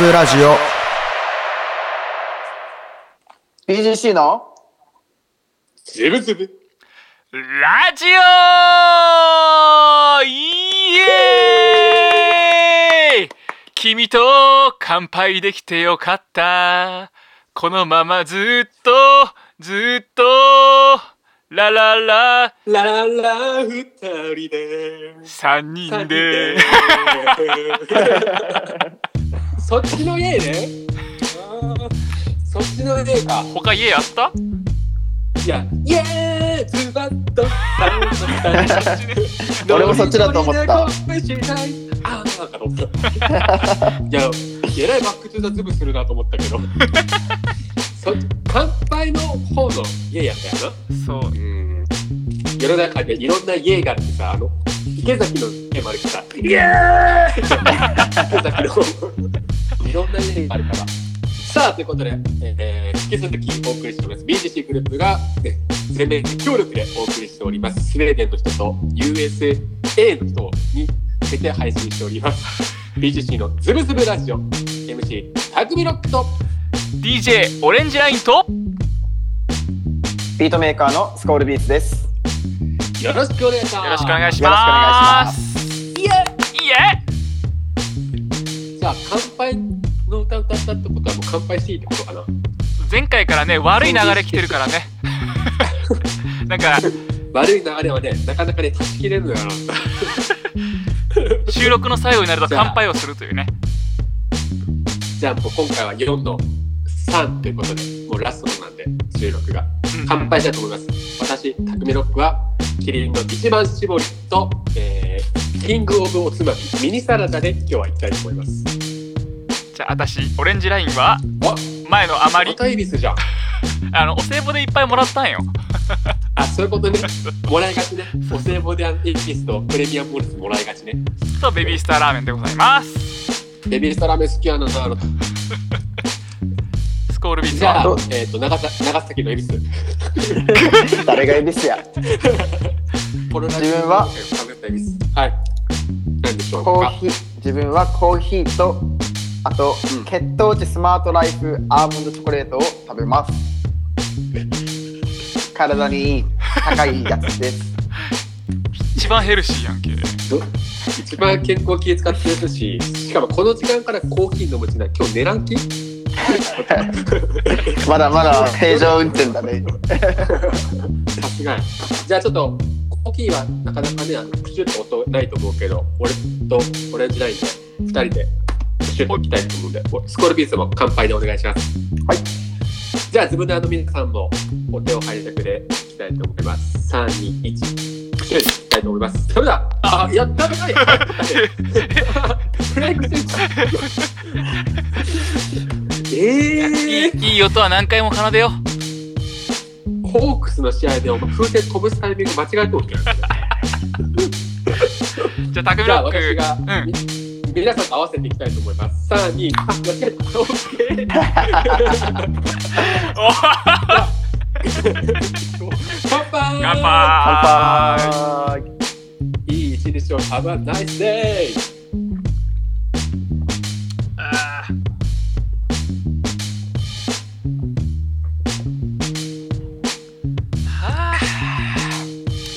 ブラジオ BGC のズブズブラジオイエーイ君と乾杯できてよかった。このままずっと、ずっと、ラララ、ラララ二人で三人で。 そっちの家ねあーそっちの家か他家あったいやイエーイズバッと俺もそっちだと思ったあーなんかと思ったいやえらいバックトゥーザズブするなと思ったけどそ乾杯の方の家やったやなそうう。ん世の中でいろんな家があってさ、あの、池崎の家もあるからさ、イエーイ池崎のいろんな家があるから。さあ、ということで、えー、引き続きお送りしております。BGC グループが、ね、全面協力でお送りしております。スウェーデンの人と USA の人に向けて配信しております。BGC のズブズブラジオ、MC、たくみロックと、 DJ オレンジラインと、ビートメーカーのスコールビーツです。よろしくお願いします。よろしくお願いしよろしくお願いしま。ますイエーイイエーイじゃあ乾杯の歌歌ったってことはもう乾杯していいってことかな前回からね悪い流れ来てるから ねなんか悪い流れはねなかなかね断ち切れるのよな収録の最後になると乾杯をするというねじゃあもう今回は4の3ということでもうラストなんで収録がうん乾杯したいと思います私匠ロックはキリンの一番搾りと、えーキングオブおつまみミニサラダで今日は行きたいと思いますじゃあ私オレンジラインはあ前のあまりまた恵比寿じ ゃんあのお歳暮でいっぱいもらったんよあそういうことねもらいがちねお歳暮でアンティピスとプレミアムモルスもらいがちねそうベビースターラーメンでございますベビーストラメ好きやなあのスコールビーツじゃはあ、えっ、と長崎、長崎の恵比寿。誰がエビスや。このラジオ自分は恵比寿はい。なんでしょうコーか。ヒー、自分はコーヒーと、あと、うん血糖値スマートライフアーモンドチョコレートを食べます。体にいい、高いやつです。一番ヘルシーやんけど一番健康気使ってるし、しかもこの時間からコーヒー飲むってのは今日寝らん気まだまだ平常運転だね。さすがや。じゃあちょっと、コーヒーはなかなかね、あのプシュッと音ないと思うけど、俺とオレンジラインで二人でプシュッといきたいと思うんで、おスコールビーズも乾杯でお願いします。はい。じゃあ自分のあの皆さんもお手を拝借でいきたいと思います。3、2、1。プシュッといきたいと思います。それでは、あ、いやったべない。 ブレイクセンターええー。いいいい音は何回も奏でようホークスの試合でお前風船飛ぶタイミング間違えておきよ。じゃあタクミじロゃあッ私クが、うんみ皆さんと合わせていきたいと思います。さらに、あ間違えた。オッケー。お乾杯乾乾杯杯。いい一日を Have a nice day! あーは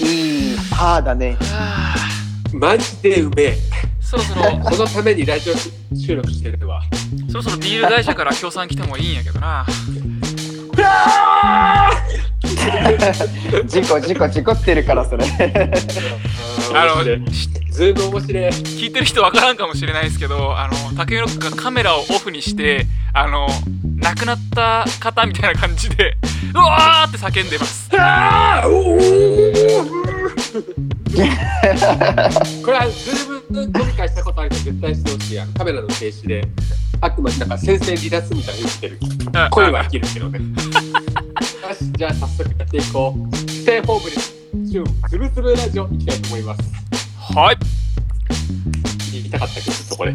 ーいいパーだね。はーマジでうめえ。そろそろこのためにラジオ収録してるわ。そろそろビール会社から協賛来てもいいんやけどな。事故事故事故ってるからそれ。あ面白いの、しズーム面白い。聞いてる人わからんかもしれないですけど、あの、竹井ロックがカメラをオフにして、あの、亡くなった方みたいな感じで、 うわーって叫んでます。ああおーこれはズーム飲み会したことある人絶対してほしいやんカメラの停止であくまでなんか先生離脱みたいに言ってるうん声は生きるけどねよしじゃあ早速やっていこうステイホームで週ズブズブラジオ行きたいと思いますはい。言いたかったけどちょっとこれ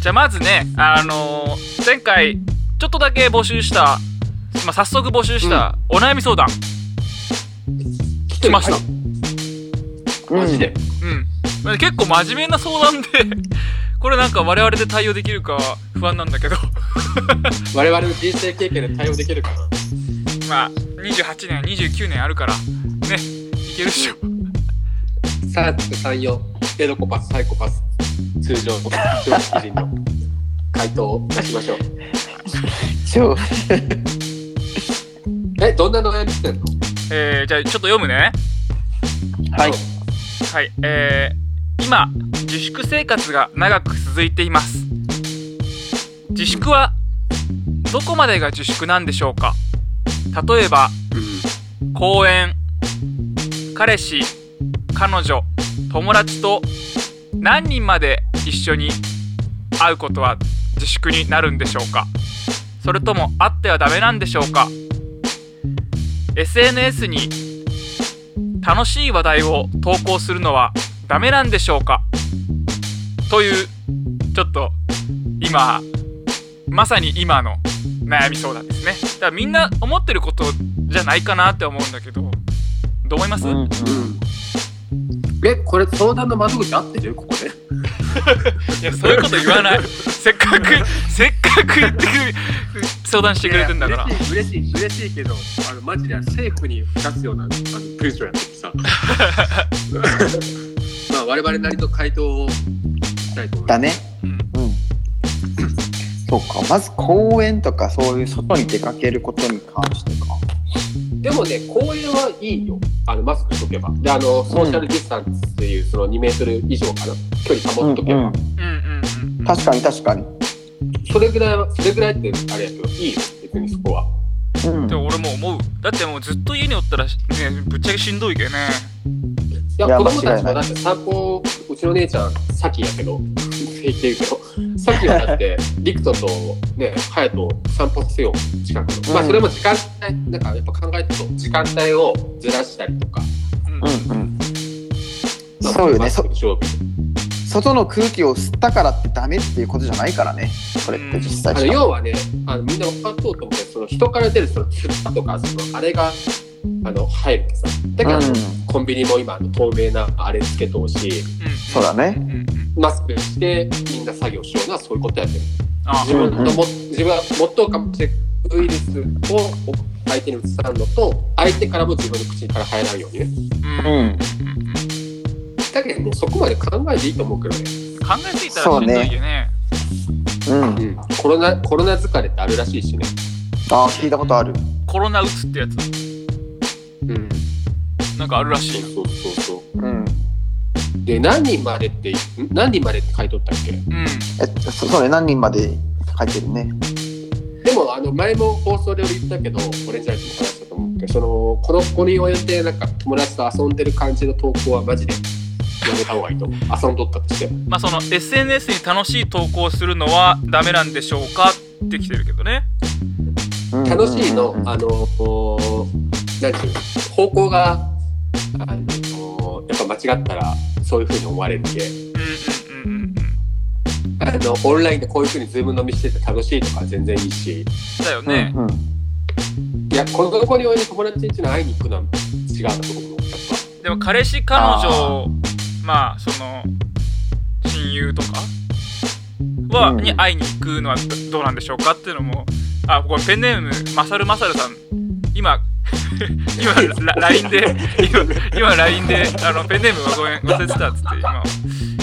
じゃあまずね、あの、前回、ちょっとだけ募集した、まあ、早速募集した、お悩み相談。来来ましたマジで、うん。まあ結構真面目な相談で、 これなんか我々で対応できるか不安なんだけど 我々の人生経験で対応できるかなまあ28年29年あるからねいけるっしょ3、3、4、ペドコパス、サイコパス、通常の常識人の回答を出しましょう。超え、どんな悩みしてんのえー、じゃあちょっと読むねはいはいえー、今自粛生活が長く続いています自粛はどこまでが自粛なんでしょうか例えば公園彼氏彼女友達と何人まで一緒に会うことは自粛になるんでしょうかそれとも会ってはダメなんでしょうか SNS に楽しい話題を投稿するのはダメなんでしょうかというちょっと今まさに今の悩み相談ですねだからみんな思ってることじゃないかなって思うんだけどどう思います、うんうんうん。え、これ相談の窓口合ってるここで。いやそういうこと言わないせっかくせっかく言ってくれ相談してくれてんだからいや嬉しい、嬉しい、嬉しいけど、あの、マジで政府に出すような、あの、プリズラってさ。 まあ、我々なりの回答をしたいと思います。だねうんうんそうかまず公園とかそういう外に出かけることに関してかでもね、公園はいいよ。あの、マスクしとけば。で、あの、ソーシャルディスタンスっていう、その2メートル以上かな。距離保っとけば。うんうんうんうんうん確かに確かにそれぐらいは、それぐらいって、あれやけど、いいよ。別にそこは。うんでも俺も思うだってもうずっと家におったらねぶっちゃけしんどいけどねいや、いや子供た間違いなちもいだって散歩、うちの姉ちゃん、さきやけど、平気言うけど、 さきはだって、リクトとね、ハヤトを散歩せよ、近くの。まあ、うんそれも時間帯、なんかやっぱ考えてると、時間帯をずらしたりとか。うんうんうんそうよねそ勝負。外の空気を吸ったからってダメっていうことじゃないからねこれって実際あのしか要はねあのみんな分かっとうと思ってその人から出るそのつったとかそのあれがあの入るってさだから、うんコンビニも今あの透明なあれつけとうしうんそうだねうんうんマスクしてみんな作業しようのはそういうことやってるあ自分のも、自分が持っとうかもしれないウイルスを相手に移さんのと相手からも自分の口から入らんようにねうんうんううんんうんだけどねそこまで考えていいと思うけどね、考えついたらしんどいよねうんコロナコロナ疲れってあるらしいしねああ聞いたことあるコロナうつってやつうんなんかあるらしいよそうそうそうそううんで何人までってん何人までって書いとったっけうんえっとそそうね何人まで書いてるねでもあの前も放送で俺言ったけどオレンジライトも話したと思うけどそのこの子においてなんか友達と遊んでる感じの投稿はマジでやめた方がいいと思う遊んどったとしてもまあその SNS に楽しい投稿するのはダメなんでしょうかってきてるけどねうん楽しいのうんうんあのこうなんていうの方向があのやっぱ間違ったらそういうふうに思われるんでうんうんうんうんあのオンラインでこういうふうにズーム飲みしてて楽しいとか全然いいしだようんねうんいやこの子において友達ん家に会いに行くのは違うと思うやっぱ。でも彼氏彼女まあその親友とかは、うんに会いに行くのはどどうなんでしょうかっていうのもあこれペンネームまさるまさるさん今今ラ LINE で今今 LINE であのペンネームはごめん忘れてたっつって今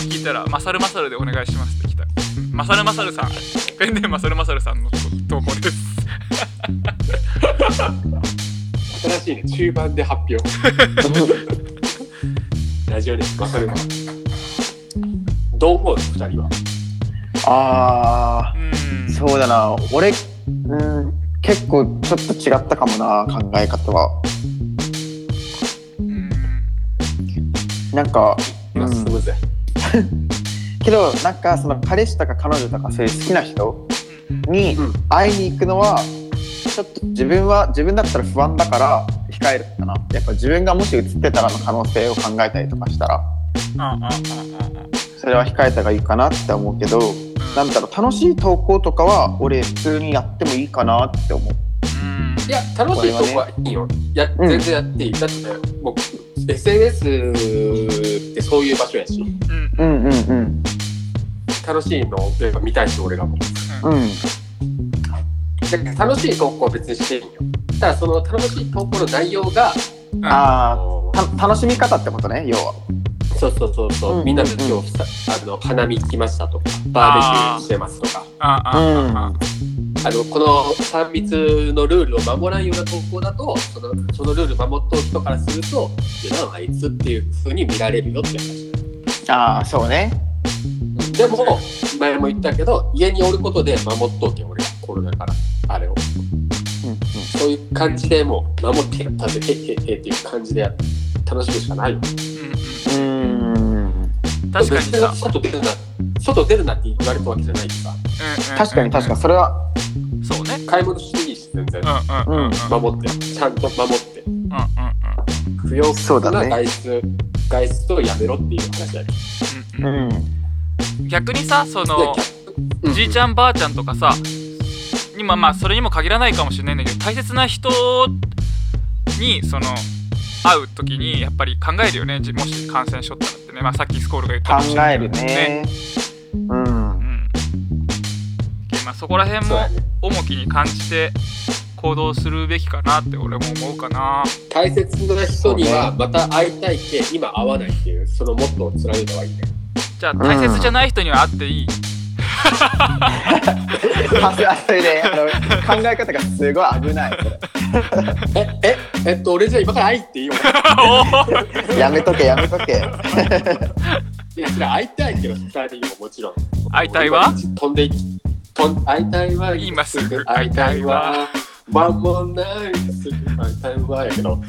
聞いたら「まさるまさるでお願いします」って来たまさるまさるさんペンネームまさるまさるさんの投稿です新しいね中盤 で発表ラジオでわかるわどう思う2人はあうんあそうだな俺うん結構ちょっと違ったかもな考え方はうんなんか今進むぜ、けどなんかその彼氏とか彼女とかそういう好きな人にうん会いに行くのはちょっと自分は自分だったら不安だから控えるかなやっぱ自分がもし映ってたらの可能性を考えたりとかしたらあああああそれは控えた方がいいかなって思うけどあなんだろう楽しい投稿とかは俺普通にやってもいいかなって思ううんいや楽しいとこはいいよ、やうん全然やっていい、だってもう SNS ってそういう場所やしうんうんうんうん楽しいのをやっぱ見たいし、俺らも。うんで楽しい投稿は別にしていいよ。ただ、その楽しい投稿の内容が、うんああのあ楽しみ方ってことね要はそうそうそうそう、うんみんなで今日さ、あの花見行きましたとか、バーベキューしてますとか、あああああのこの3密のルールを守らんような投稿だと、そのそのルール守っとう人からすると、いやなんあいつっていう風に見られるよって話。ああそうねでも、前も言ったけど、家におることで守っとうけん、俺がコロナから、あれを。うんうんそういう感じでもう、守ってやったぜ、へっへっへっていう感じで楽しむしかないよ。うんうんうん確かにさ、外出るな、外出るなって言われたわけじゃないから。うんうん確かに確かにそれはにそうね買い物していいし、全然う。んうんうんうんうん守って、ちゃんと守って。うんうん不要そう不だ急なね外出、外出をやめろっていう話だよ。うんううんん逆にさそのでじいちゃんばあちゃんとかさ今まあそれにも限らないかもしれないんだけど大切な人にその会う時にやっぱり考えるよねじもし感染しとったらってね、まあ、さっきスコールが言ったかもしれ考なえいけるどねうん うんでまあ、そこら辺そうもやね重きに感じて行動するべきかなって俺も思うかな大切な人にはまた会いたいけ、今会わないっていう、そのモットーを貫いた方がいいね。じゃあ大切じゃない人には会っていい、さすがそれであの考え方がすごい危 ないそえ、え、えっと、俺じゃあ今から会いっていいよ。れやめとけやめとけいや、それ会いたいけど、二人にももちろん。 会いたいわ飛んでい飛ん会いたいわ。今すぐ会いたいわ。ワンモンナイトすぐ会いたいわ。やけど、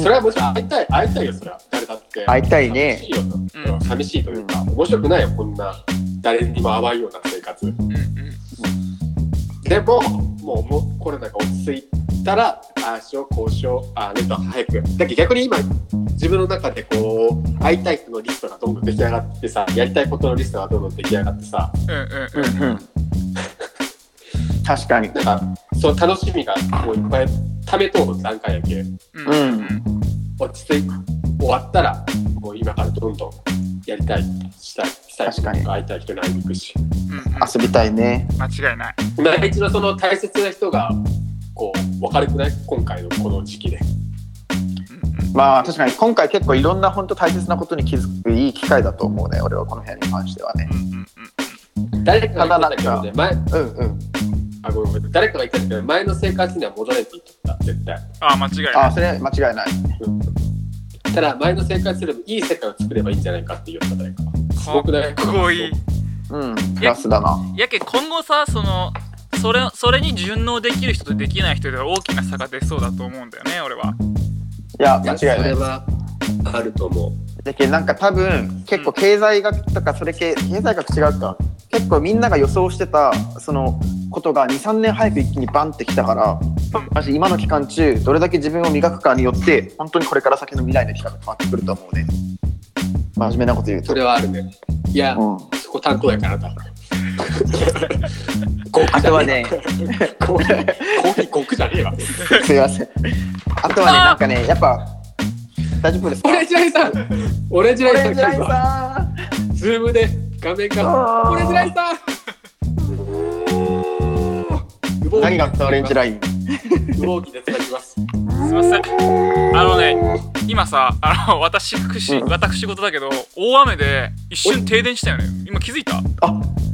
それはもちろん会いたい、会いたいよ、それは。誰だって。会いたい寂ねしいよなうん寂しいというか、面白くないよ、こんな誰にも会わんような生活。うんうん、でも、もうもうコロナが落ち着いたら、ああしよう、こうしよう、ああ、なんか早く。だけど逆に今、自分の中でこう、会いたい人のリストがどんどん出来上がってさ、やりたいことのリストがどんどん出来上がってさ、うんうんうんうん確かになんか、その楽しみがもういっぱい貯めとう段階やけ。うんうんうん落ち着い終わったら、もう今からどんどんやりたい、したい、したい人確とかに会いたい人に会いに行くし。うんうん遊びたいね間違いない今一度その大切な人が、こう、分かるくない今回のこの時期で。まあ確かに今回結構いろんな本当大切なことに気づくいい機会だと思うね俺はこの辺に関してはねうんうんうん誰かが言ってたけどね、前、うんうんあ、ごめんごめん。誰かが言ってたけど、前の生活には戻れって言ってた、絶対。ああ間違いないあそれ間違いないただ、前の生活よりもいい世界を作ればいいんじゃないかって言った誰か。すごくないかっこいいうんプラスだなやけん今後さそのそれそれに順応できる人とできない人では大きな差が出そうだと思うんだよね俺は。いやい間や違いそなれいはあると思う。だけどなんか多分結構経済学とかそれ系経済学違うか結構みんなが予想してたそのことが23年早く一気にバンってきたからマジ今の期間中どれだけ自分を磨くかによって本当にこれから先の未来の期間が変わってくると思うね真面目なこと言うそとれはあるね。いや、うんそこ担当やからだ。極あとはねコーヒー、コーヒー極じゃねえわ。 すいませんあとはねあーなんかねやっぱ大丈夫ですかオレンジライさん、オレンジライさん来た今、さんズームで画面あが、ーオレンジライさん何があったオレンジライイン不合でつなぎます。すいませんあのね今さあの私福祉うん私事だけど大雨で一瞬停電したよね今気づいたあ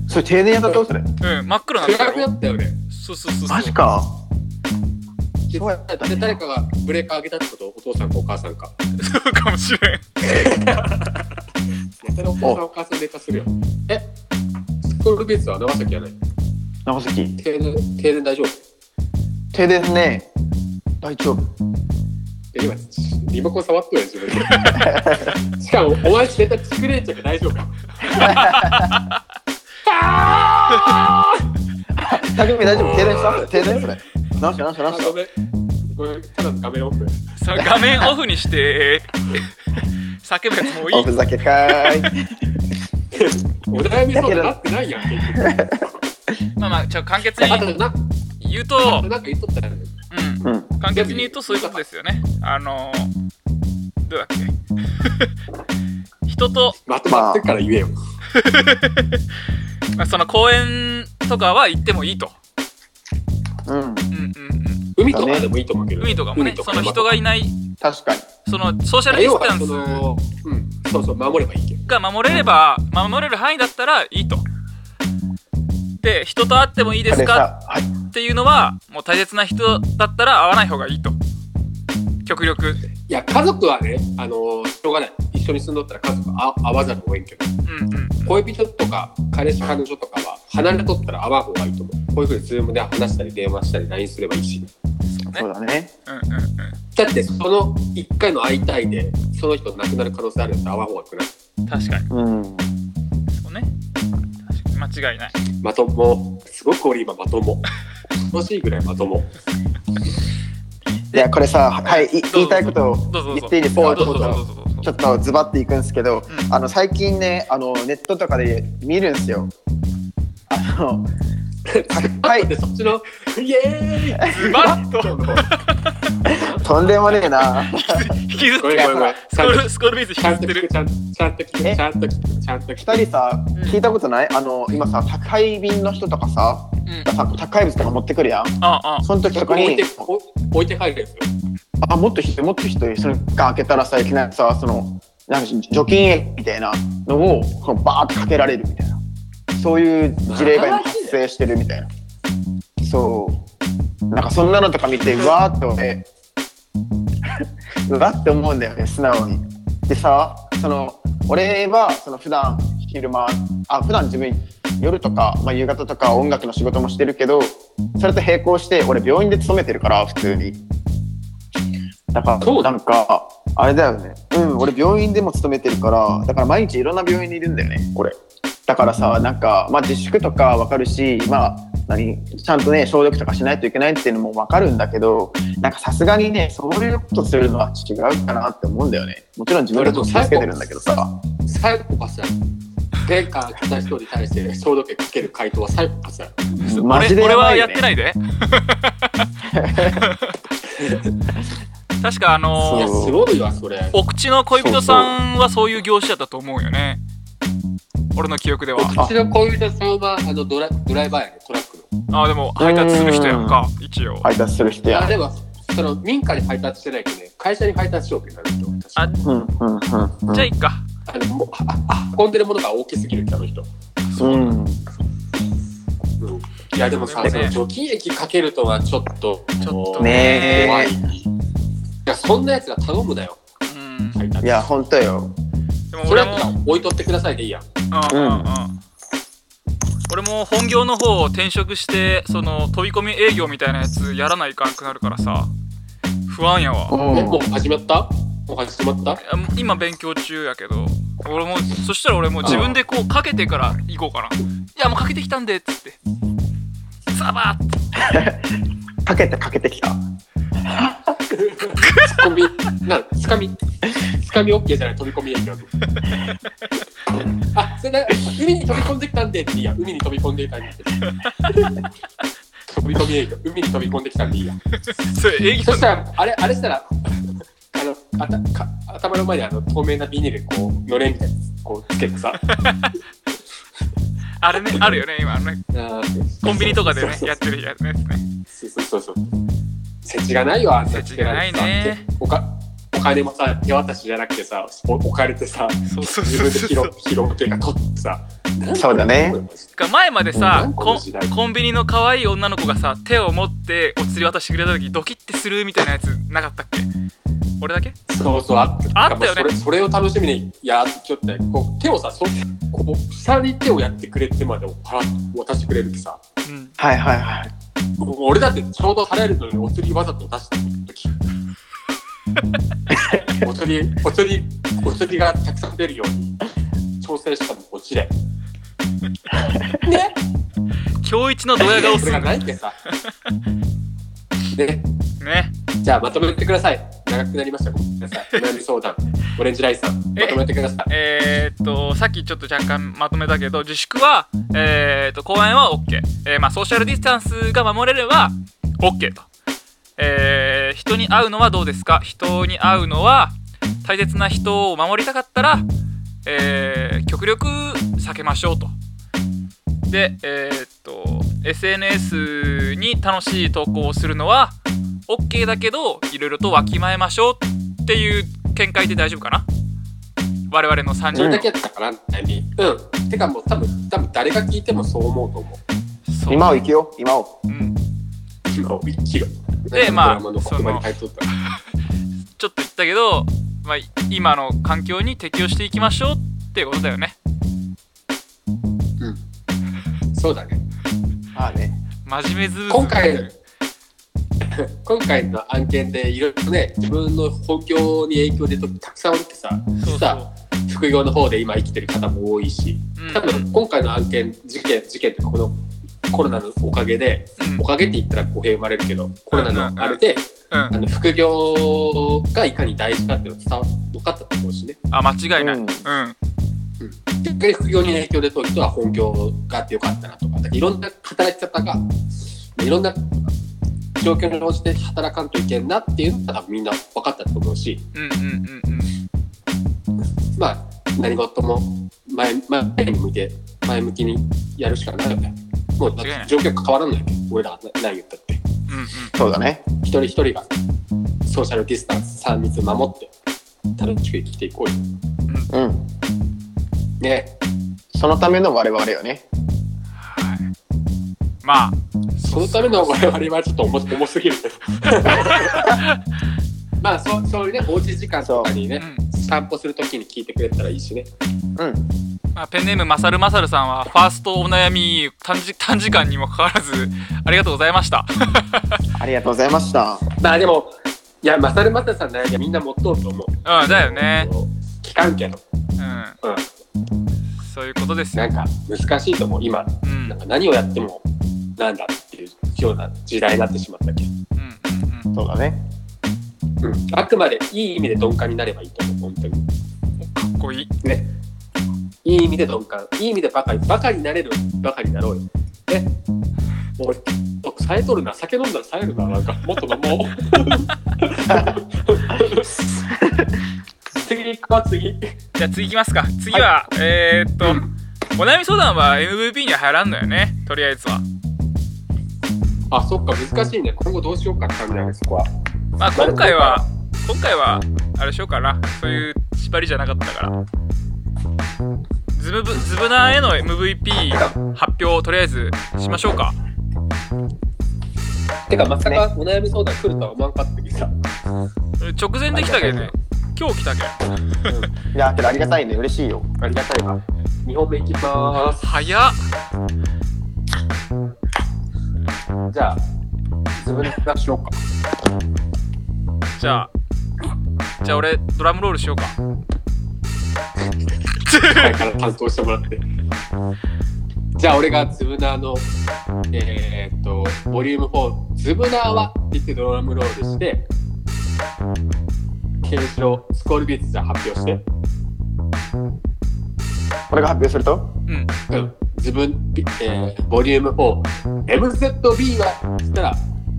それ停電やったとそれうん真っ暗なった暗よくなったよね。そうそうそうそうマジかでそうやったね誰かがブレーカー上げたってことお父さんかお母さんか。そうかもしれん絶対お父さんお母さんネタするよ。えスクールベースは長崎じゃない長崎停電停電大丈夫停電ね大丈夫え今、リモコン触っとるやん、自分で。 しかも、お前ネタ作れんちゃうから大丈夫か。たくみ大丈夫停電した停電それ何した何したあ何しごめん。ごめん、ただの画面オフ。さ画面オフにして 叫ぶやつもういたおいふざけか ーいお悩みそうになってないやん、結局。まあまあちょ簡潔あとにな、言うなとんか言っとったよね。うんうん簡潔に言うとそういうことですよね。あのどうだっけ 人とまとまってから言えよ。まあその公園とかは行ってもいいと。うんうんうんうん。海とかでもいいと思うけど。海とかもね、その人がいない、確かにそのソーシャルディ要スタはンそのス、うん、そうそう、守ればいいけど。が守れれば、守れる範囲だったらいいと。で、人と会ってもいいですかあれさっていうのはもう大切な人だったら会わない方がいいと極力いや、家族はね、あの、しょうがない。一緒に住んどったら家族あ会わざるを得んけど、うんうん恋人とか彼氏彼女とかは離れとったら会わん方がいいと思う。こういうふうにズームで話したり電話したり LINE すればいいし。はいそうだねうんうんだってその1回の会いたいで、その人亡くなる可能性あるんだったら会わん方がよくない。うん確かにうんそうね確かに間違いないまとも。すごく俺今まとも。楽しいぐらいまとも。いやこれさはいい言いたいことをどうぞどう言ぞっていいですどかうちぞょどうぞっどうぞとちょっとズバッていくんですけど、うんあの最近ねあのネットとかで見るんですよあのははいい。で、そっちの、イエーイズバッととのとんでもねえな引きずっごめんてごめんごめん。スコールスコールビーズちゃ引んきとずって聞く、るちゃんちゃんと聞く、えちゃんと聞く、ちゃんと聞く。二人さん聞いたことないあの今さ宅配便の人とかさうんさ宅配物とか持ってくるやんああその時とか置いにて、お置いて帰るやつよ。あもっとひどいもっとひどいそれが開けたらさいきなりさそのなんか除菌液みたいなのをこのバーってかけられるみたいなそういう事例が今発生してるみたいなそうなんかそんなのとか見てうわーって俺うわって思うんだよね素直にでさその俺はその普段昼間あ普段自分夜とか、まあ、夕方とか音楽の仕事もしてるけどそれと並行して俺病院で勤めてるから普通にだかそらうだなんかあれだよねうん俺病院でも勤めてるからだから毎日いろんな病院にいるんだよね俺だからさなんか、まあ、自粛とかわかるしまあ何ちゃんとね消毒とかしないといけないっていうのもわかるんだけどなんかさすがにねそういうことするのは違うかなって思うんだよねもちろん自分でも気をつけてるんだけどさサイコパスや。天下来た人に対して消毒液かける回答はサイコパスや。マジで俺やば俺はいやよっねてない で確かあいや、のそうすごいわ、それ。お口の恋人さんはそういう業種だったと思うよね俺の記憶ではあうちの恋人さんは、あの、ドラドライバーやね、トラックの。ああでも配達する人やんか一応配達する人やあでもその民家に配達してないけどね会社に配達しようってなる人私ああうんうんうんうんじゃあいいかのもうああ運んでるものが大きすぎるってあの人、うんうん、いやでもさ、そうそねの除菌液かけるとはちょっとちょっとねえ怖いいやそんなやつが頼むなようん配達いや本当よでもそれだ俺もったら置いとってくださいでいいやんうんうんうん俺も本業の方を転職してその飛び込み営業みたいなやつやらないかんくなるからさ不安やわえもう始まったもう始まったあ今勉強中やけど俺もそしたら俺もう自分でこうかけてから行こうかないやもうかけてきたんでっつってザバーってかけてかけてきたツッコミなんつかみつかみ OK じゃない飛び込み営業あそれな海に飛び込んできたんでっていいや海に飛び込んできたんで飛び込み営業海に飛び込んできたんでいいやそれ営業そしたらあれあれしたらあのあたか頭の前にあの透明なビニールこうのれんみたいなやつこうつけて さあれねあるよね今あのねコンビニとかでねやってるやつねそうそうそうそう世知がないよあんな世知がないねつけられてさおかお金もさ手渡しじゃなくてさお置かれてさそうそう自そう分で拾そう拾うというか取ってさそうだねか前までうさんコこンの時代コンビニの可愛い女の子がさ手を持ってお釣り渡してくれた時ドキッてするみたいなやつなかったっけ俺だけそうそうあったあったよねそれそれを楽しみにやっちょっとねこう手をさそうこう下に手をやってくれてまでをパラッと渡してくれるってさうんはいはいはい俺だってちょうど払えるのにお釣りわざと出した時お釣りお釣りお釣りがたくさん出るように調整したのこっちでね今日一のドヤ顔すそれがるねないってさでねじゃあまとめてください長くなりましたごめんなさいお悩み相談オレンジライスさんまとめてくださいえー、っとさっきちょっと若干まとめたけど自粛は、えー、っと公園は OK、えーまあ、ソーシャルディスタンスが守れれば OK と、えー、人に会うのはどうですか人に会うのは大切な人を守りたかったら、えー極力避けましょうとで、えーっと SNS に楽しい投稿をするのは OK だけどいろいろとわきまえましょうっていう見解で大丈夫かな我々の3そ人、れだけやったかな、悩み。うん。てかもう多分、多分誰が聞いてもそう思うと思う。そう今を生きよう今をうん今を生きろ。でまあドラマの言葉に変えとった。ちょっと言ったけど、まあ、今の環境に適応していきましょうっていうことだよねうん。そうだね。まあね真面目ずうず今回 今回の案件でいろいろね自分の本業に影響出る時たくさんおるってさそうさそ副業の方で今生きてる方も多いしう、多分今回の案件事件事件ってこのコロナのおかげでうんおかげって言ったら語弊生まれるけどコロナのあれでうんあの副業がいかに大事かっていうのが伝わ分かったと思うしねあ間違いない、ううんん逆に副業に影響出た人は本業があってよかったなとかだからいろんな働き方がいろんな状況に応じて働かんといけんなっていうのが多分みんな分かったと思うしうんうんうんうんまあ何事も前前に向いて前向きにやるしかないよねもうだって状況変わらんのよ俺らは何言ったってうんそうだね一人一人がソーシャルディスタンス3密守って楽しく生きていこうようんねそのための我々よねはいまあそのための我々はちょっと重 重すぎるけどまあそうそういうねおうち時間とかにうねん散歩するときに聞いてくれたらいいしねうんまあ、ペンネームまさるまさるさんはファーストお悩み短時短時間にもかかわらずありがとうございましたありがとうございましたまあでもいやマサルマサルさんの悩みはみんな持っとうと思ううんだよね聞かんけどうんうんそういうことですよなんか難しいと思う今うんうんうなんんか何をやってもなんだっていうような時代になってしまったけうんそうだねど、うん、あくまでいい意味で鈍感になればいいと思う本当にかっこいいねいい意味で鈍感いい意味でバカにバカになれるバカになろうよね俺さえとるな酒飲んだらさえるななんかもっと飲もう次行こう次じゃあ次行きますか次は、えー、っとお悩み相談は MVP には入らんのよねとりあえずはあそっか難しいね今後どうしようかって感じだねそこはまあ今回は今回はあれしようかなそういう縛りじゃなかったからズブブズブナーへの MVP 発表をとりあえずしましょうかてかまさかお悩み相談来るとは思わんかったけどさ直前で来たけどね今日来たけどいやけどありがたいね嬉しいよありがたいわ2本目いきまーす早っじゃあ自分で話しようかじゃあじゃあ俺ドラムロールしようか前から担当してもらってじゃあ俺がズブナーのえー、っとボリューム4ズブナーはって言ってドラムロールしてケンシロウスコールビーツじゃあ発表してこれが発表するとうんうん自分、えー、ボリューム 4MZB はっつったら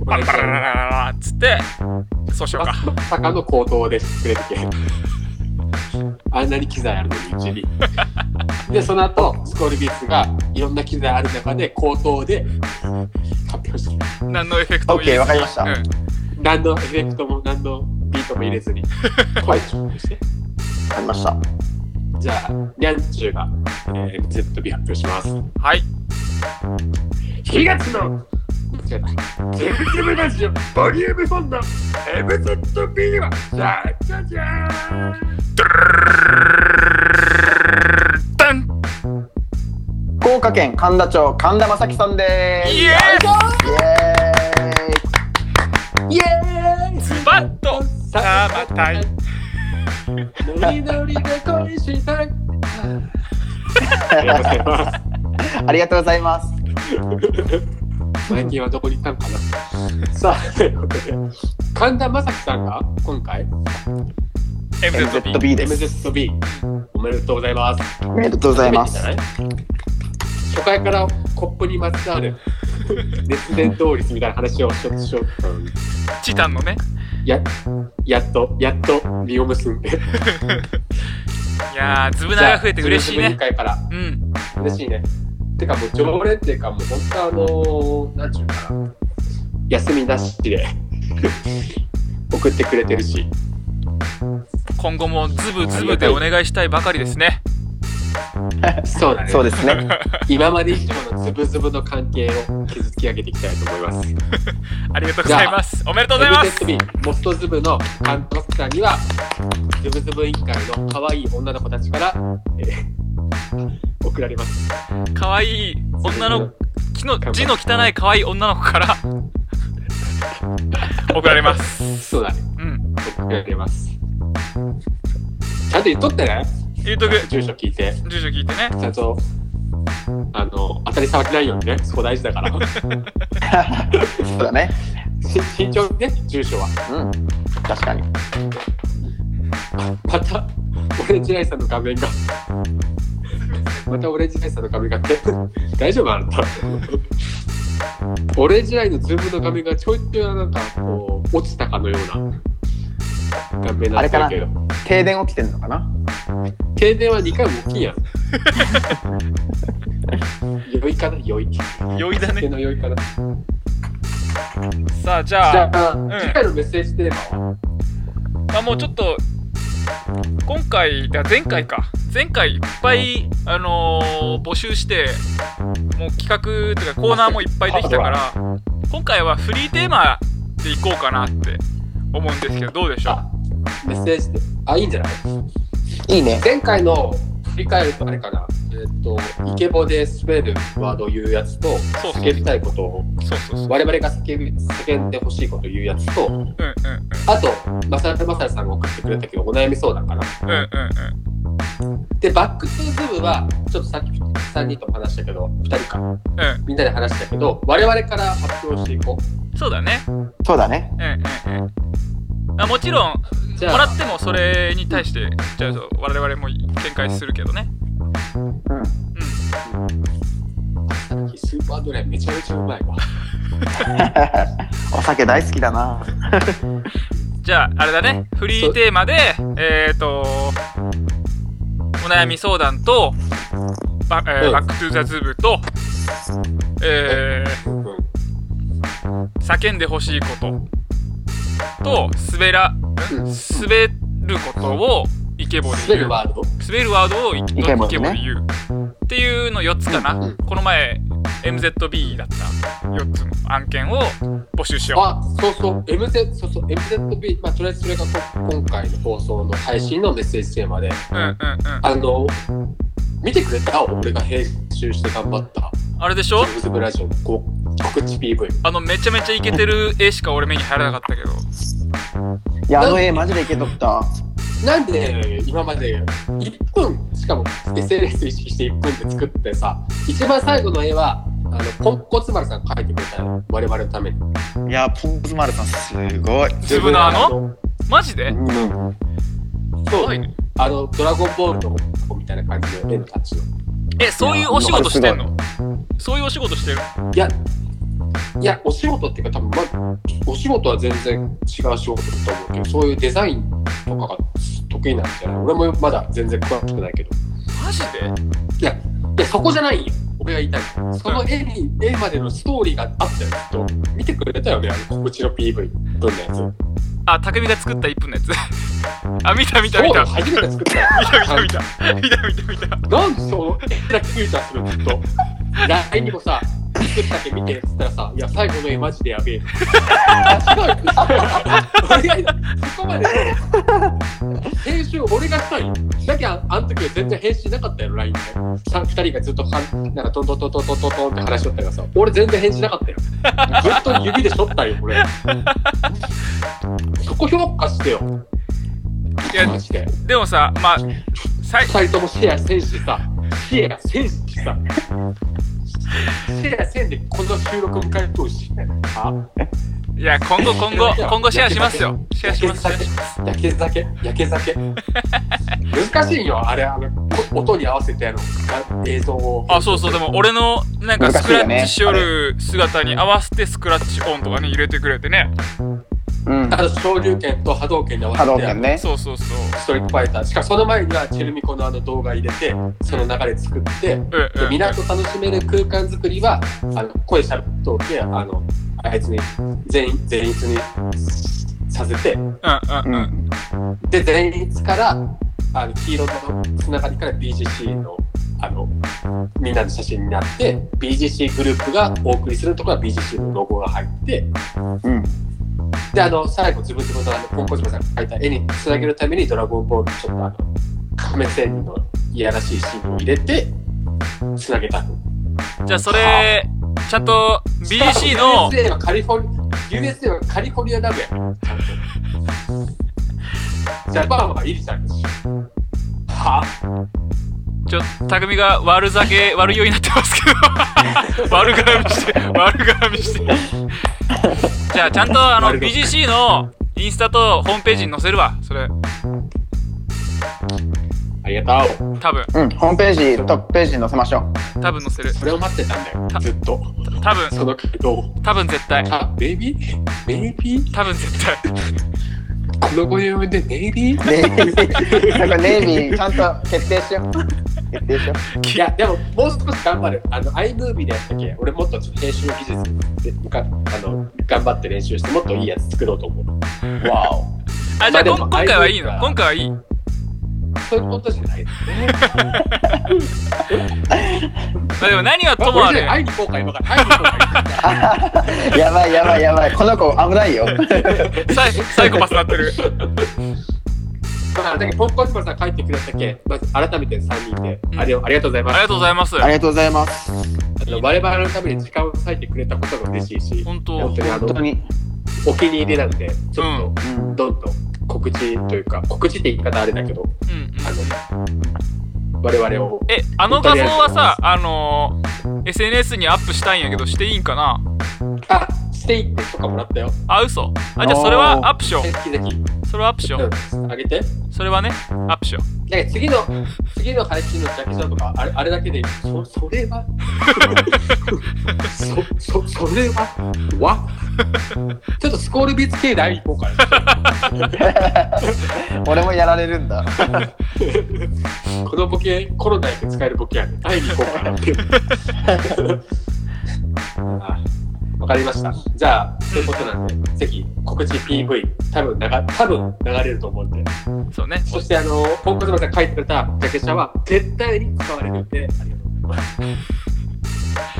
バラバラバラバラバラっつってそうしようかまさかの口頭でしてくれるけあんなに機材あるのにうちにでその後スコールビーツがいろんな機材ある中で口頭で発表してる何のエフェクトも入れ OK ずわかりました、うん何のエフェクトも何のビートも入れずに声聞くしてわかりましたじゃあニャンチューが、えー、ZB 発表しますはい4月の間違えたジェブラジオボリューム4の MZB はじゃじゃじゃーんダン福岡県神田町神田正輝さんでイすイエエーイイエーイーイズバッとさあまたいノリノリで恋したい。ありがとうございます。ありがとうございます。最近はどこに行ったのかな。さあ、ということで、神田正輝さんが今回 MZB MZB です。 MZB おめでとうございます。おめでとうございます。初回からコップにまつわる熱伝導率みたいな話をしようとしようとしたのにチタンのねややっとやっと実を結 んで。いやーズブナーが増えて嬉しいじゃあ自分の委員会ねからうん嬉しいね。てかもう常連っていうかもう本当あのー、なんちゅうかな休みなしで 送ってくれてるし今後もズブズブでお願いしたいばかりですねそうだねそうです ね。今まで以上のズブズブの関係を築き上げていきたいと思いますありがとうございますおめでとうございます MZB モストズブの監督さんにはズブズブ委員会の可愛い女の子たちから、えー送られます可愛い女の木の字の汚い可愛い女の子から 送られますそうだねうん送られますちゃんと言っとってね言うとく住所聞いて住所聞いてねちゃんとあの当たり障りないようにねそこ大事だからそうだね。し慎重にね住所はうん。確かに。またオレンジライさんの画面がまたオレンジライさんの画面がって大丈夫あんたオレンジライのズームの画面がちょいちょいなんかこう落ちたかのような画面なんだけど停電起きてんのかな停電は2回も大きいやん酔いかな酔い酔いだ手ねの酔いかなじさあじゃゃあ、あ、ん次回のメッセージテーマはまあ、もうちょっと今回だ前回か前回いっぱい、あのー募集してもう企画とかコーナーもいっぱいできたから今回はフリーテーマでいこうかなって思うんですけどどうでしょうあメッセージで。あ、いいんじゃないいいね。前回の振り返るとあれかな。えーっ、と、イケボで滑るワードを言うやつと、そうそう叫びたいことを、そうそうそう我々が叫び叫んでほしいことを言うやつと、うんうんあと、マサルマサルさんが送ってくれたけど、お悩み相談かな。うんうんうんうんで、バックトゥーズームは、ちょっとさっき3人とも話したけど、2人か、うみんなで話したけど、我々から発表していこう。そうだねそうだね。うんうんうんあもちろんもじゃらあ、ってもそれに対してじゃあ我々も見解するけどねうん。うスーパードライめちゃめちゃうまいわ。お酒大好きだな。んじゃああれだねフリーテーマでえっ、ー、とお悩み相談とバ,、えーうんバックトゥザズーブとえうんー、叫んでほしいことと滑らん滑ることをイケボで滑言うるワード滑るワードをイケイケボボねで言うっていうの4つかな、うんこの前 MZB だった4つの案件を募集しよあ、そうそう、MZ、そうそう、MZB、まあ、とりあえずそれがこ今回の放送の配信のメッセージテーマで、ううんうんうんあの、見てくれた俺が編集して頑張った、あれでしょズブラジオのこ告知 PV。あのめちゃめちゃイケてる絵しか俺目に入らなかったけどいや、あの絵マジでいけとった。なんで今まで1分、しかも SNS 意識して1分で作ってさ、一番最後の絵は、あの、ポンコツ丸さんが描いてくれたの、我々のために。いや、ポンズマルさんすごい。ズブナーのマジでうん。すそ、ごいうねあの、ドラゴンボールの子みたいな感じの絵たちの。えそういうお仕事してんのそういうお仕事してるいや、いや、お仕事っていうか、多分、まあ、お仕事は全然違う仕事だと思うけど、そういうデザインとかが得意なんじゃない俺もまだ全然詳しくないけど。マジでいや、いや、そこじゃないよ。俺が言いたいのは。その絵に、絵までのストーリーがあったよ、きっと。見てくれたよね、あの、うちの PV 分のやつ。あ匠が作った1分のやつ あ見た見たそう見だたよ初めて作ったよ。 見た見た見た見た見た見たなんでその絵だけフューチャーするのずっと。LINE にもさ、作っただけ見てっつったらさ、いや、最後の絵マジでやべえ。違うよ。俺が、そこまで。編集俺がしたいよ。だけど、あの時は全然編集なかったよ、LINE で。さ二人がずっとは、なんかトントントントントントントンって話しとったからさ、俺全然返事なかったよ。ずっと指でしょったよ、俺。そこ評価してよ、いやマジで。でもさまあ最二人ともシェアせんしさ、シェアせんしさ、シェアせんでこの収録迎えるとし、あ、いや今後 今後今後シェアしますよシェアしますシェアしますやけ酒、やけ酒。難しいよ、あれ、あの、こ音に合わせてあの、が映像を。あそうそうでも俺のなんかスクラ難しいよッねチしよる姿に合わせてスクラッチオンとかね入れてくれてねうんあと昇竜拳と波動拳で合わ波動せ拳てねそうそうそうストリートファイターしかもその前にはチェルミコのあの動画入れてその流れ作ってでうんうん港楽しめる空間作りはあの声しゃべっとってあのあいつに全員全員にさせてうんううんんで全員からあの黄色のつながりから BGC のあのみんなの写真になって BGC グループがお送りするところは BGC のロゴが入ってうんであの最後自分自分のあのポンコツマさんが描いた絵につなげるために「ドラゴンボール」ちょっとあの亀仙人のいやらしいシーンを入れてつなげたじゃあそれちゃんと BGC の USA はカリフォル USA はカリフォルニアラブやちゃんとジャパンはイリちゃんでしょはちょっと匠が悪酒悪酔いになってますけ ど悪絡みして悪絡みしてじゃあちゃんとあの悪絡み BGC のインスタとホームページに載せるわそれありがとう多分うんホームページトップページに載せましょう多分載せるそれを待ってたんだよたずっと多分そのどう多分絶対あベイビーベイビー多分絶対このご用命でベイビーネイビー なんかネイビーちゃんと決定しよう決定しよいやでももう少し頑張るあの iMovie でやったっけ俺もっとちょっと編集の技術でかあの頑張って練習してもっといいやつ作ろうと思うわおあじゃまああこんでも今回はいいの iPhone が今回はいいそういうことじゃないですねまあでも何はあともあ俺れね会いに行こうか今から会いに行こうかうやばいやばいやばいこの子危ない よサイサイコパスになってるだからだけどポンコツマさん帰ってくださっけまず改めて3人で、うんあれをありがとうございあまりすがとうございますありがとうございますあの我々のために時間を割いてくれたことが嬉しいし本当本当にあの本当に、お気に入りなのでちょっと、うんうん、どんどん告知というか告知って言い方あれだけどうんうんあの我々をえあの画像はさあのー SNS にアップしたいんやけどしていいんかなあしていってとかもらったよあ嘘あじゃあそれはアップしよえぜひぜうそれはアップしひよううんあげてそれはねアップしようなんか次の次の配信のジャケットとかあれあれだけでそそれ はそそそれはわちょっとスコールビーツ系で会いに行こうか俺もやられるんだなこのボケコロナで使えるボケやね会いに行こうかなって あわかりましたじゃあそういうことなんでぜひ告知 PV 多分流多分流れると思うんでそうねそしてあのポンコツマンさんが書いてくれたジャケ写は絶対に使われるんでありがとうござい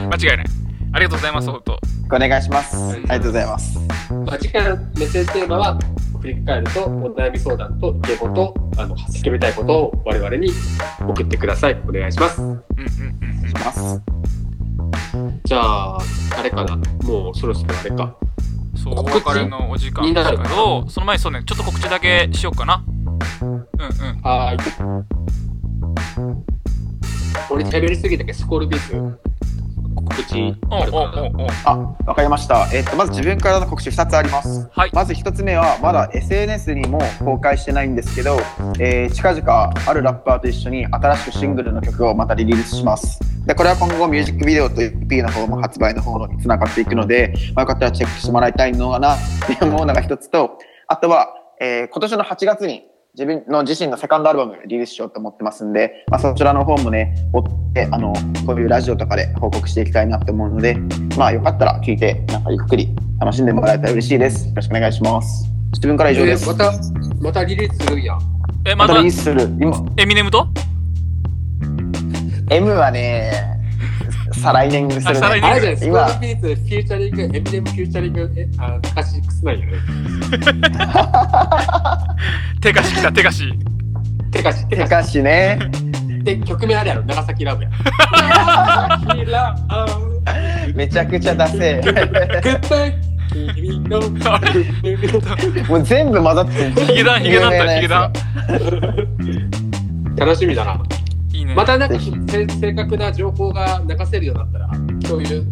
ます。間違いないありがとうございます本当お願いしますありがとうございますまあ、次回のメッセージテーマは振り返るとお悩み相談とゲボとあの叫びたいことを我々に送ってくださいお願いします。うんうんうんうんしますじゃああれかなもうそろそろあれか。そうお告知別れのお時間にでなするけどその前にそうねちょっと告知だけしようかなうんうんはーい。俺喋りすぎたけどスコールビーズ告知おあるうかおなうおうおうあわかりましたえっとまず自分からの告知2つありますはいまず1つ目はまだ SNS にも公開してないんですけど、えー近々あるラッパーと一緒に新しくシングルの曲をまたリリースしますでこれは今後ミュージックビデオと EP の方も発売の方につながっていくので、まあ、よかったらチェックしてもらいたいのかなって思うのが1つとあとは、えー今年の8月に自分の自身のセカンドアルバムリリースしようと思ってますんで、まあ、そちらの方もね追ってあのこういうラジオとかで報告していきたいなと思うのでまあよかったら聞いてなんかゆっくり楽しんでもらえたら嬉しいですよろしくお願いします自分から以上です、またまたリリースするんや。えままたたリリースする今エミネムと M はね再来年にすあるね再来年あれじゃないスコ今ールビーズフューチャリングエミネムフューチャリングえあカシックスなんやね。手貸し来た手貸してかし、てしかかしねし、で、曲名あれやろ、長 崎ラブや。長崎ラブ、めちゃくちゃダセグッバイ、君の。あれえもう全部混ざってるヒゲダンヒゲダンだヒゲダン楽しみだな。いいねまたなんか、せ正確な情報が流せるようになったら、共有し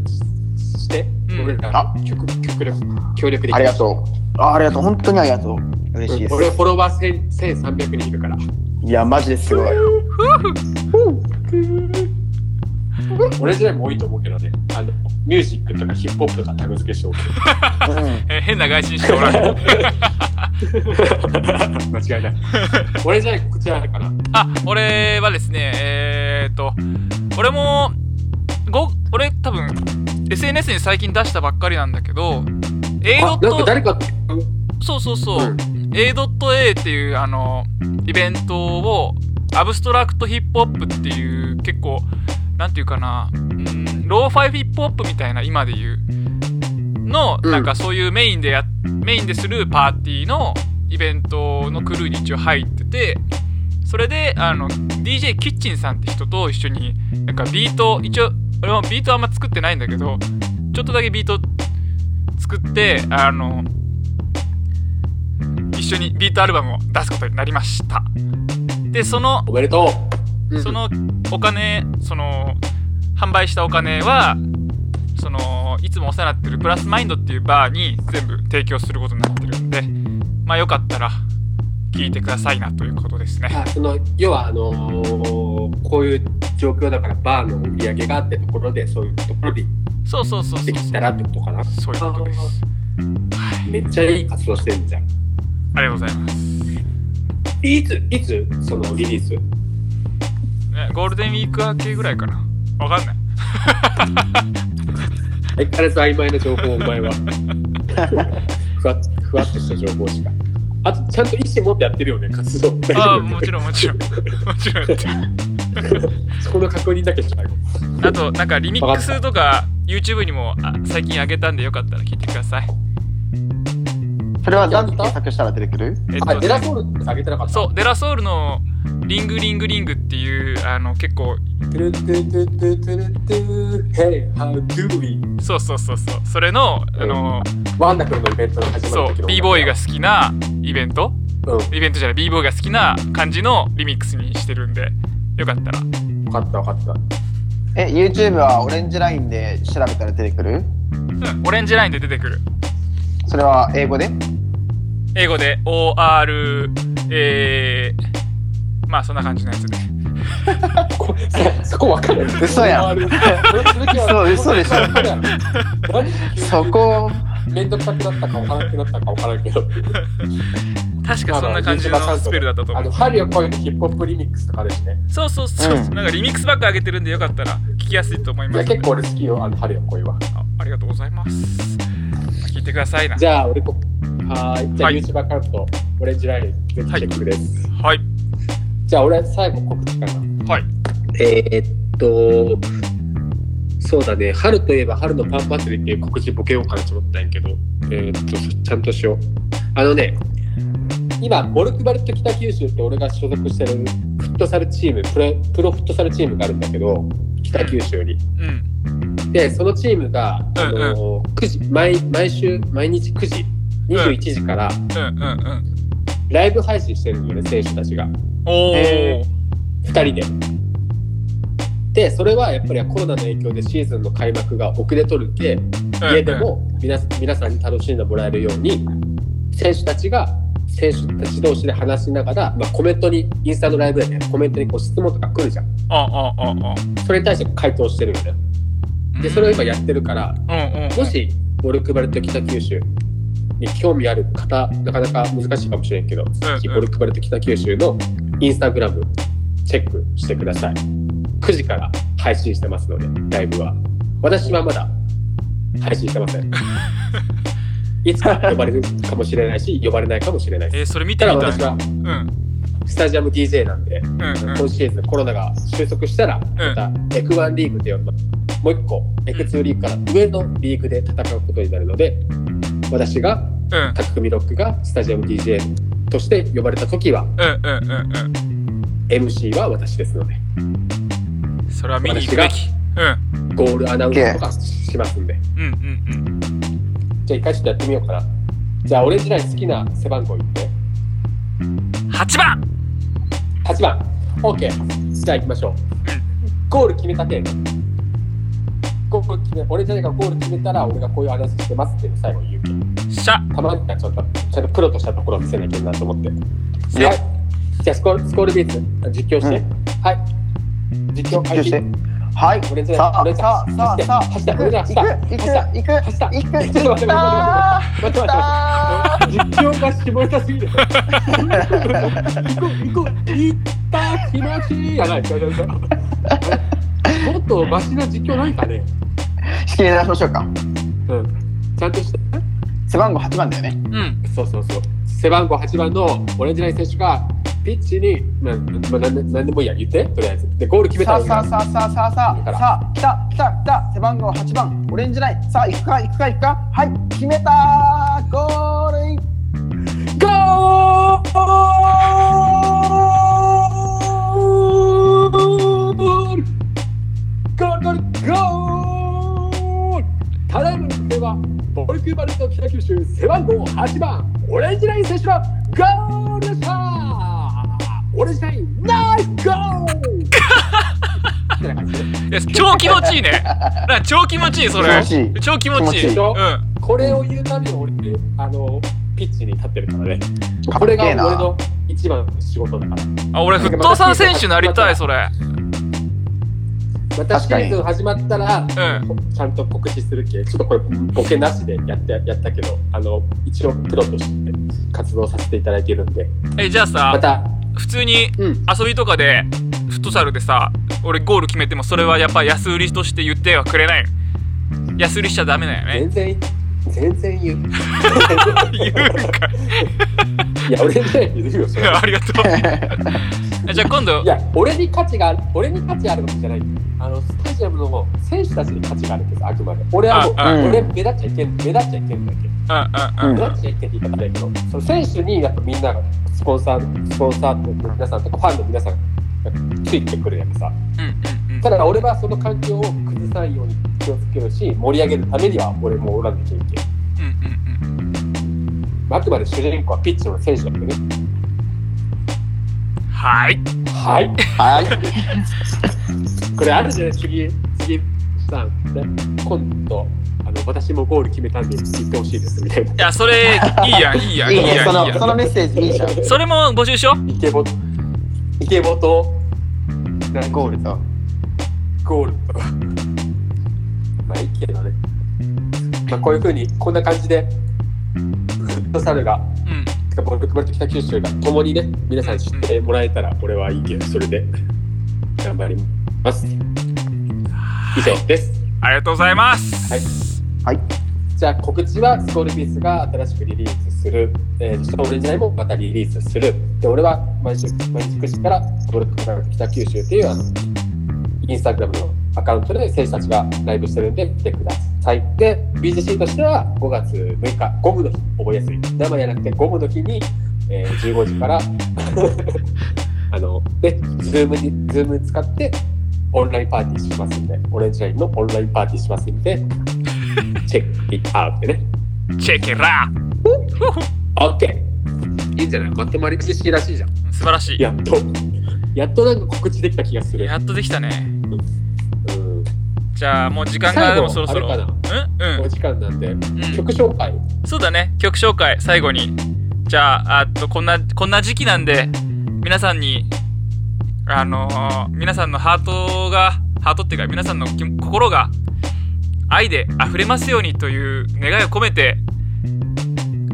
して、うん俺らあ極極力、協力できるありがとうあありがとう本当にありがとう嬉しいです俺、フォロワー1000 1300人いるから。いやマジですごい俺時代も多いと思うけどね。あの、ミュージックとかヒップホップとかタグ付けしておく。うんえー変な外人しかおら ん間違いない。俺じゃあ、こちらだから。あ俺はですねえー、っと俺もご俺多分 SNS に最近出したばっかりなんだけど A ドあ、なんかット誰か、そうそうそう、うん A.A っていうあのイベントをアブストラクトヒップホップっていう結構なんていうかなうんローファイヒップホップみたいな今で言うの、うんなんかそういうメインでやメインでするパーティーのイベントのクルーに一応入っててそれであの DJ キッチンさんって人と一緒になんかビート一応俺もビートあんま作ってないんだけどちょっとだけビート作ってあの一緒にビートアルバムを出すことになりましたでそのおめでとう。うんそのお金その販売したお金はそのいつもお世話になってるプラスマインドっていうバーに全部提供することになってるんでまあよかったら聞いてくださいなということですねあその要はあのーこういう状況だからバーの売り上げがあってところでそういうところでそうそうそうそでうきたらってことかなそういうことですはいめっちゃいい活動してるじゃんありがとうございますいついつそのリリースねゴールデンウィーク明けぐらいかなわかんない相変わらず曖昧な情報お前は ふわっふわっとした情報しかあとちゃんと意思持ってやってるよね活動ああもちろんもちろんもちろんやってる そこの確認だけしないあとなんかリミックスとか YouTube にもあ最近あげたんでよかったら聞いてください。それは何で検索したら出てくるえっあとデラソールってあげてなかったそうデラソールのリングリングリングっていうあの結構トゥルトゥトゥトゥトゥルトゥ Hey how do we そうそうそうそうそれのあのワンダフルのイベントの始まそりの時うの b ボーイが好きなイベントうんイベントじゃない b ボーイが好きな感じのリミックスにしてるんでよかったら分かった分かった え YouTube はオレンジラインで調べたら出てくるうんオレンジラインで出てくるそれは英語で英語で OR えー、まあそんな感じのやつでこそそこわかる嘘やんそれは嘘嘘でしょわかるやろそこめんどくさくなったかわからなくなったかわからんけど確かそんな感じのスペルだったと思あうの針を越えてヒップホップリミックスとかですねそうそうそう、うんなんかリミックスばっか上げてるんでよかったら聞きやすいと思いいまやすので結構俺好きよあの針を越えはあありがとうございます聞いてくださいなじゃあ俺こはーいじゃあはい YouTube アカウントオレンジラインぜひチェックです、はいじゃあ俺最後告知かなはいえーっと、そうだね、春といえば春のパン祭りっていう告知ボケようかなと思ったんやけど、えーっと、そちゃんとしよう。あのね、今、ボルクバルト北九州って俺が所属してるフットサルチーム、プロプロフットサルチームがあるんだけど、北九州に。うんで、そのチームが、あの9時毎毎週、毎日9時、21時からうんうんうんライブ配信してるんだよね、選手たちが。おお、え2人で。でそれはやっぱりコロナの影響でシーズンの開幕が遅れとるけうん家でも皆さん皆さんに楽しんでもらえるように選手たちが選手たち同士で話しながら、まあ、コメントにインスタのライブで、ね、コメントにこう質問とか来るじゃんああああそれに対して回答してるよねあでそれを今やってるからうんうんもしモルクバルト北九州に興味ある方なかなか難しいかもしれんけどぜひうんモルクバルト北九州のインスタグラムチェックしてください9時から配信してますのでライブは私はまだ配信してませ んいつか呼ばれるかもしれないし呼ばれないかもしれないで えすー、それ見てただみたい私はうんうんスタジアム DJ なんでうん今シーズンコロナが収束したら、またエクワンリーグでもう一個エクツーリーグから上のリーグで戦うことになるので、私がうん匠ロックがスタジアム DJ として呼ばれた時はうんうんうんうん MC は私ですので、うんそれは見に行くべきうんゴールアナウンスとかしますんで、うんうんじゃあ一回ちょっとやってみようかな。じゃあオレンジライン好きな背番号言って、うん8番8番、OK、じゃあ行きましょう。ゴール決めたけゴール決め、オレンジラインがゴール決めたら俺がこういうアナウンスしてますっていうのを最後に言うけんしゃたまにはちょっとちゃんとプロとしたところを見せなきゃいけないなと思って。せはい。じゃあスコール、スコールビーツ、実況して。うはい。実況ー、開して始。はい。これじゃさこれあ、じゃさあ、さあ、さあ、走ったこれじゃ走った行く、行く、走った行く、行く、ちょっと待ってあ 待って待って待ってーあ実況が絞りたすぎる。行こう行こう行った気持ちいいやない。 もっとマシな実況ないかね。ー仕切り直しましょうか。うん。ちゃんとして。背番号8番だよね。うんそうそうそう。背番号8番のオレンジライン選手がピッチに、まあ、まあ、なんでなんでもいいや言ってとりあえず。でゴール決めさたあのさあさあさあさあさあさあ来た来た来た背番号8番オレンジラインさあ行くか行くか行くかはい決めたーゴールインゴールゴールゴールゴールただいまの得点はボルクバルト北九州背番号8番オレンジライン選手のゴールでしたオレンジラインナイスゴールってな感じでいや超気持ちいいねな超気持ちいいそれ気持ちいい超気持ちい気持いちいいうんこれを言うために俺あのピッチに立ってるからねこれが俺の一番の仕事だからあ俺沸騰さん選手なりたいそれまたシーズン始まったら、かちゃんと告知するけちょっとこれボケなしでやってやったけどあの一応プロとして活動させていただいてるんでえじゃあまさた普通にうん遊びとかでフットサルでさ俺ゴール決めてもそれはやっぱ安売りとして言ってはくれない安売りしちゃダメだよね全然全然言う言うんかいや俺じゃ言うよそいれやありがと うじゃあ今度いや俺に価値がある俺に価値あるわけじゃないあのスタジアムの選手たちに価値があるんですあくまで俺はもうああ俺目立っちゃいけん目立っちゃいけんだけどうんうんうんどっちが言ってって言い方だけど、その選手にやっぱみんなが、スポンサー、スポンサーの皆さんとか、ファンの皆さんがついてくるやんさ。うんうんただ俺はその環境を崩さないように気をつけるし、盛り上げるためには俺もおらんできるけん。うんうんまああくまで主人公はピッチの選手だけどね。うんはいはい。はいこれあるじゃない次、次さん、ね、今度、あの、私もゴール決めたんで言ってほしいですみたいな。いやそれいいやんいいやんいいいいねやそんいいのそやのメッセージいいじゃんんそれも募集しようイケボ、イケボと、何ゴールとゴールとか。まあいいけどね。まあこういうふうに、こんな感じで、フットサルが、うんボルクバルと北九州が共にね、皆さんに知ってもらえたら、俺はいいけど、それで頑張ります。以上です。ありがとうございますはいはいじゃあ告知はスコールピースが新しくリリースする、えー、そしてオレンジラインもまたリリースする。で、俺は毎週、毎週9時から、ゴルフクラブ北九州っていうあの、インスタグラムのアカウントで選手たちがライブしてるんで来てください。で、BGC としては5月6日、ゴムの日、覚えやすい。生じゃなくてゴムの日に、えー、15時から、 あの、で、ズームに、ズーム使って、オンラインパーティーしますんで、オレンジラインのオンラインパーティーしますんで、チェックイッアウトね。チェケラオッケー。いいんじゃないまとまり知識らしいじゃん。素晴らしいやっと。やっとなんか告知できた気がする。やっとできたねうん。じゃあもう時間がでもそろそろ最後あれかうんうんお時間なんで、うん曲紹介。そうだね曲紹介最後にじゃああっとこんなこんな時期なんで皆さんにあのー皆さんのハートがハートっていうか皆さんの気心が愛で溢れますようにという願いを込めて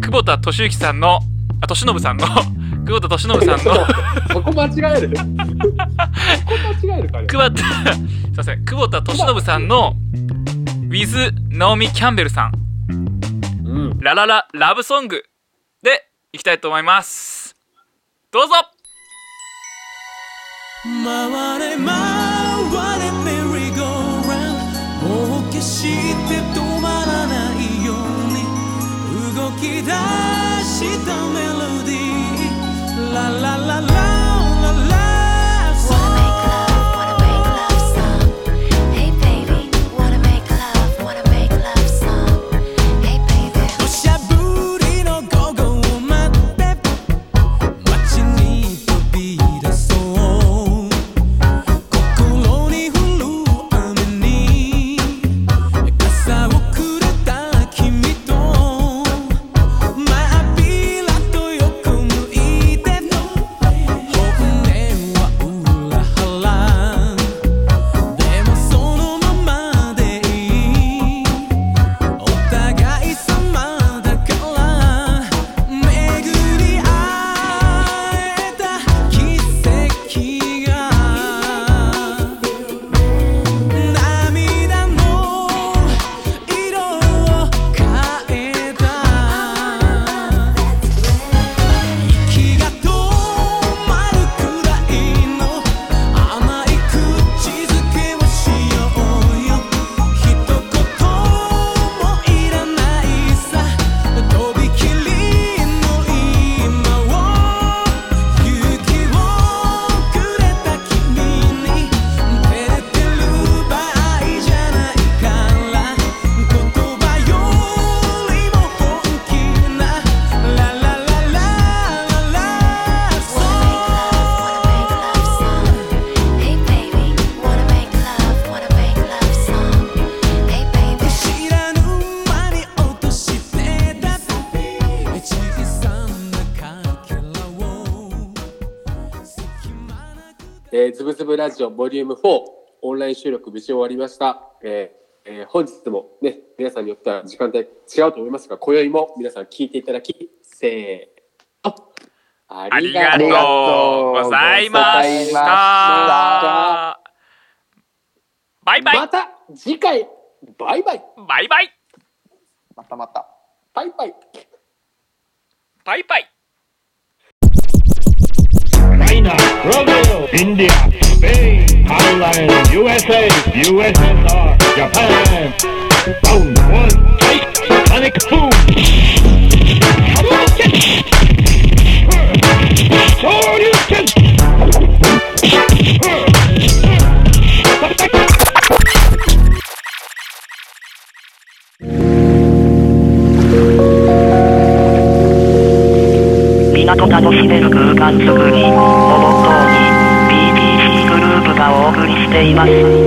久保田俊之さんのあ俊信さんの 久保田俊信さんの そこ間違える。そこ間違えるかね。久保田 すいません久保田俊信さんの With ナオミ・キャンベルさんうん。ララララブソングでいきたいと思いますどうぞ回れ回れメリーゴーラウンドもう決して止まらないように動き出したメロディーラララララララソン Wanna make love, wanna make love song. Hey baby, wanna make love, wanna make love song. Hey baby. 土砂降りの午後を待って街に飛び出そう心に降る雨に傘をくれた君と迷えー、ズブズブラジオボリューム4オンライン収録無事終わりました。えーえー本日もね、皆さんによっては時間帯違うと思いますが、今宵も皆さん聞いていただき、せーの。ありがとうございまあしりた。バイバイ、また次回、バイバイ、バイバイ、またまた。バイバイ。バイバイ。 China, Brazil, India, Spain, Thailand, USA, USSR, Japan. Round one, fight, sonic boom. Hadouken! Shoryuken! Perfect! 「港楽しめる空間づくり」をモットーに PTC グループがお送りしています。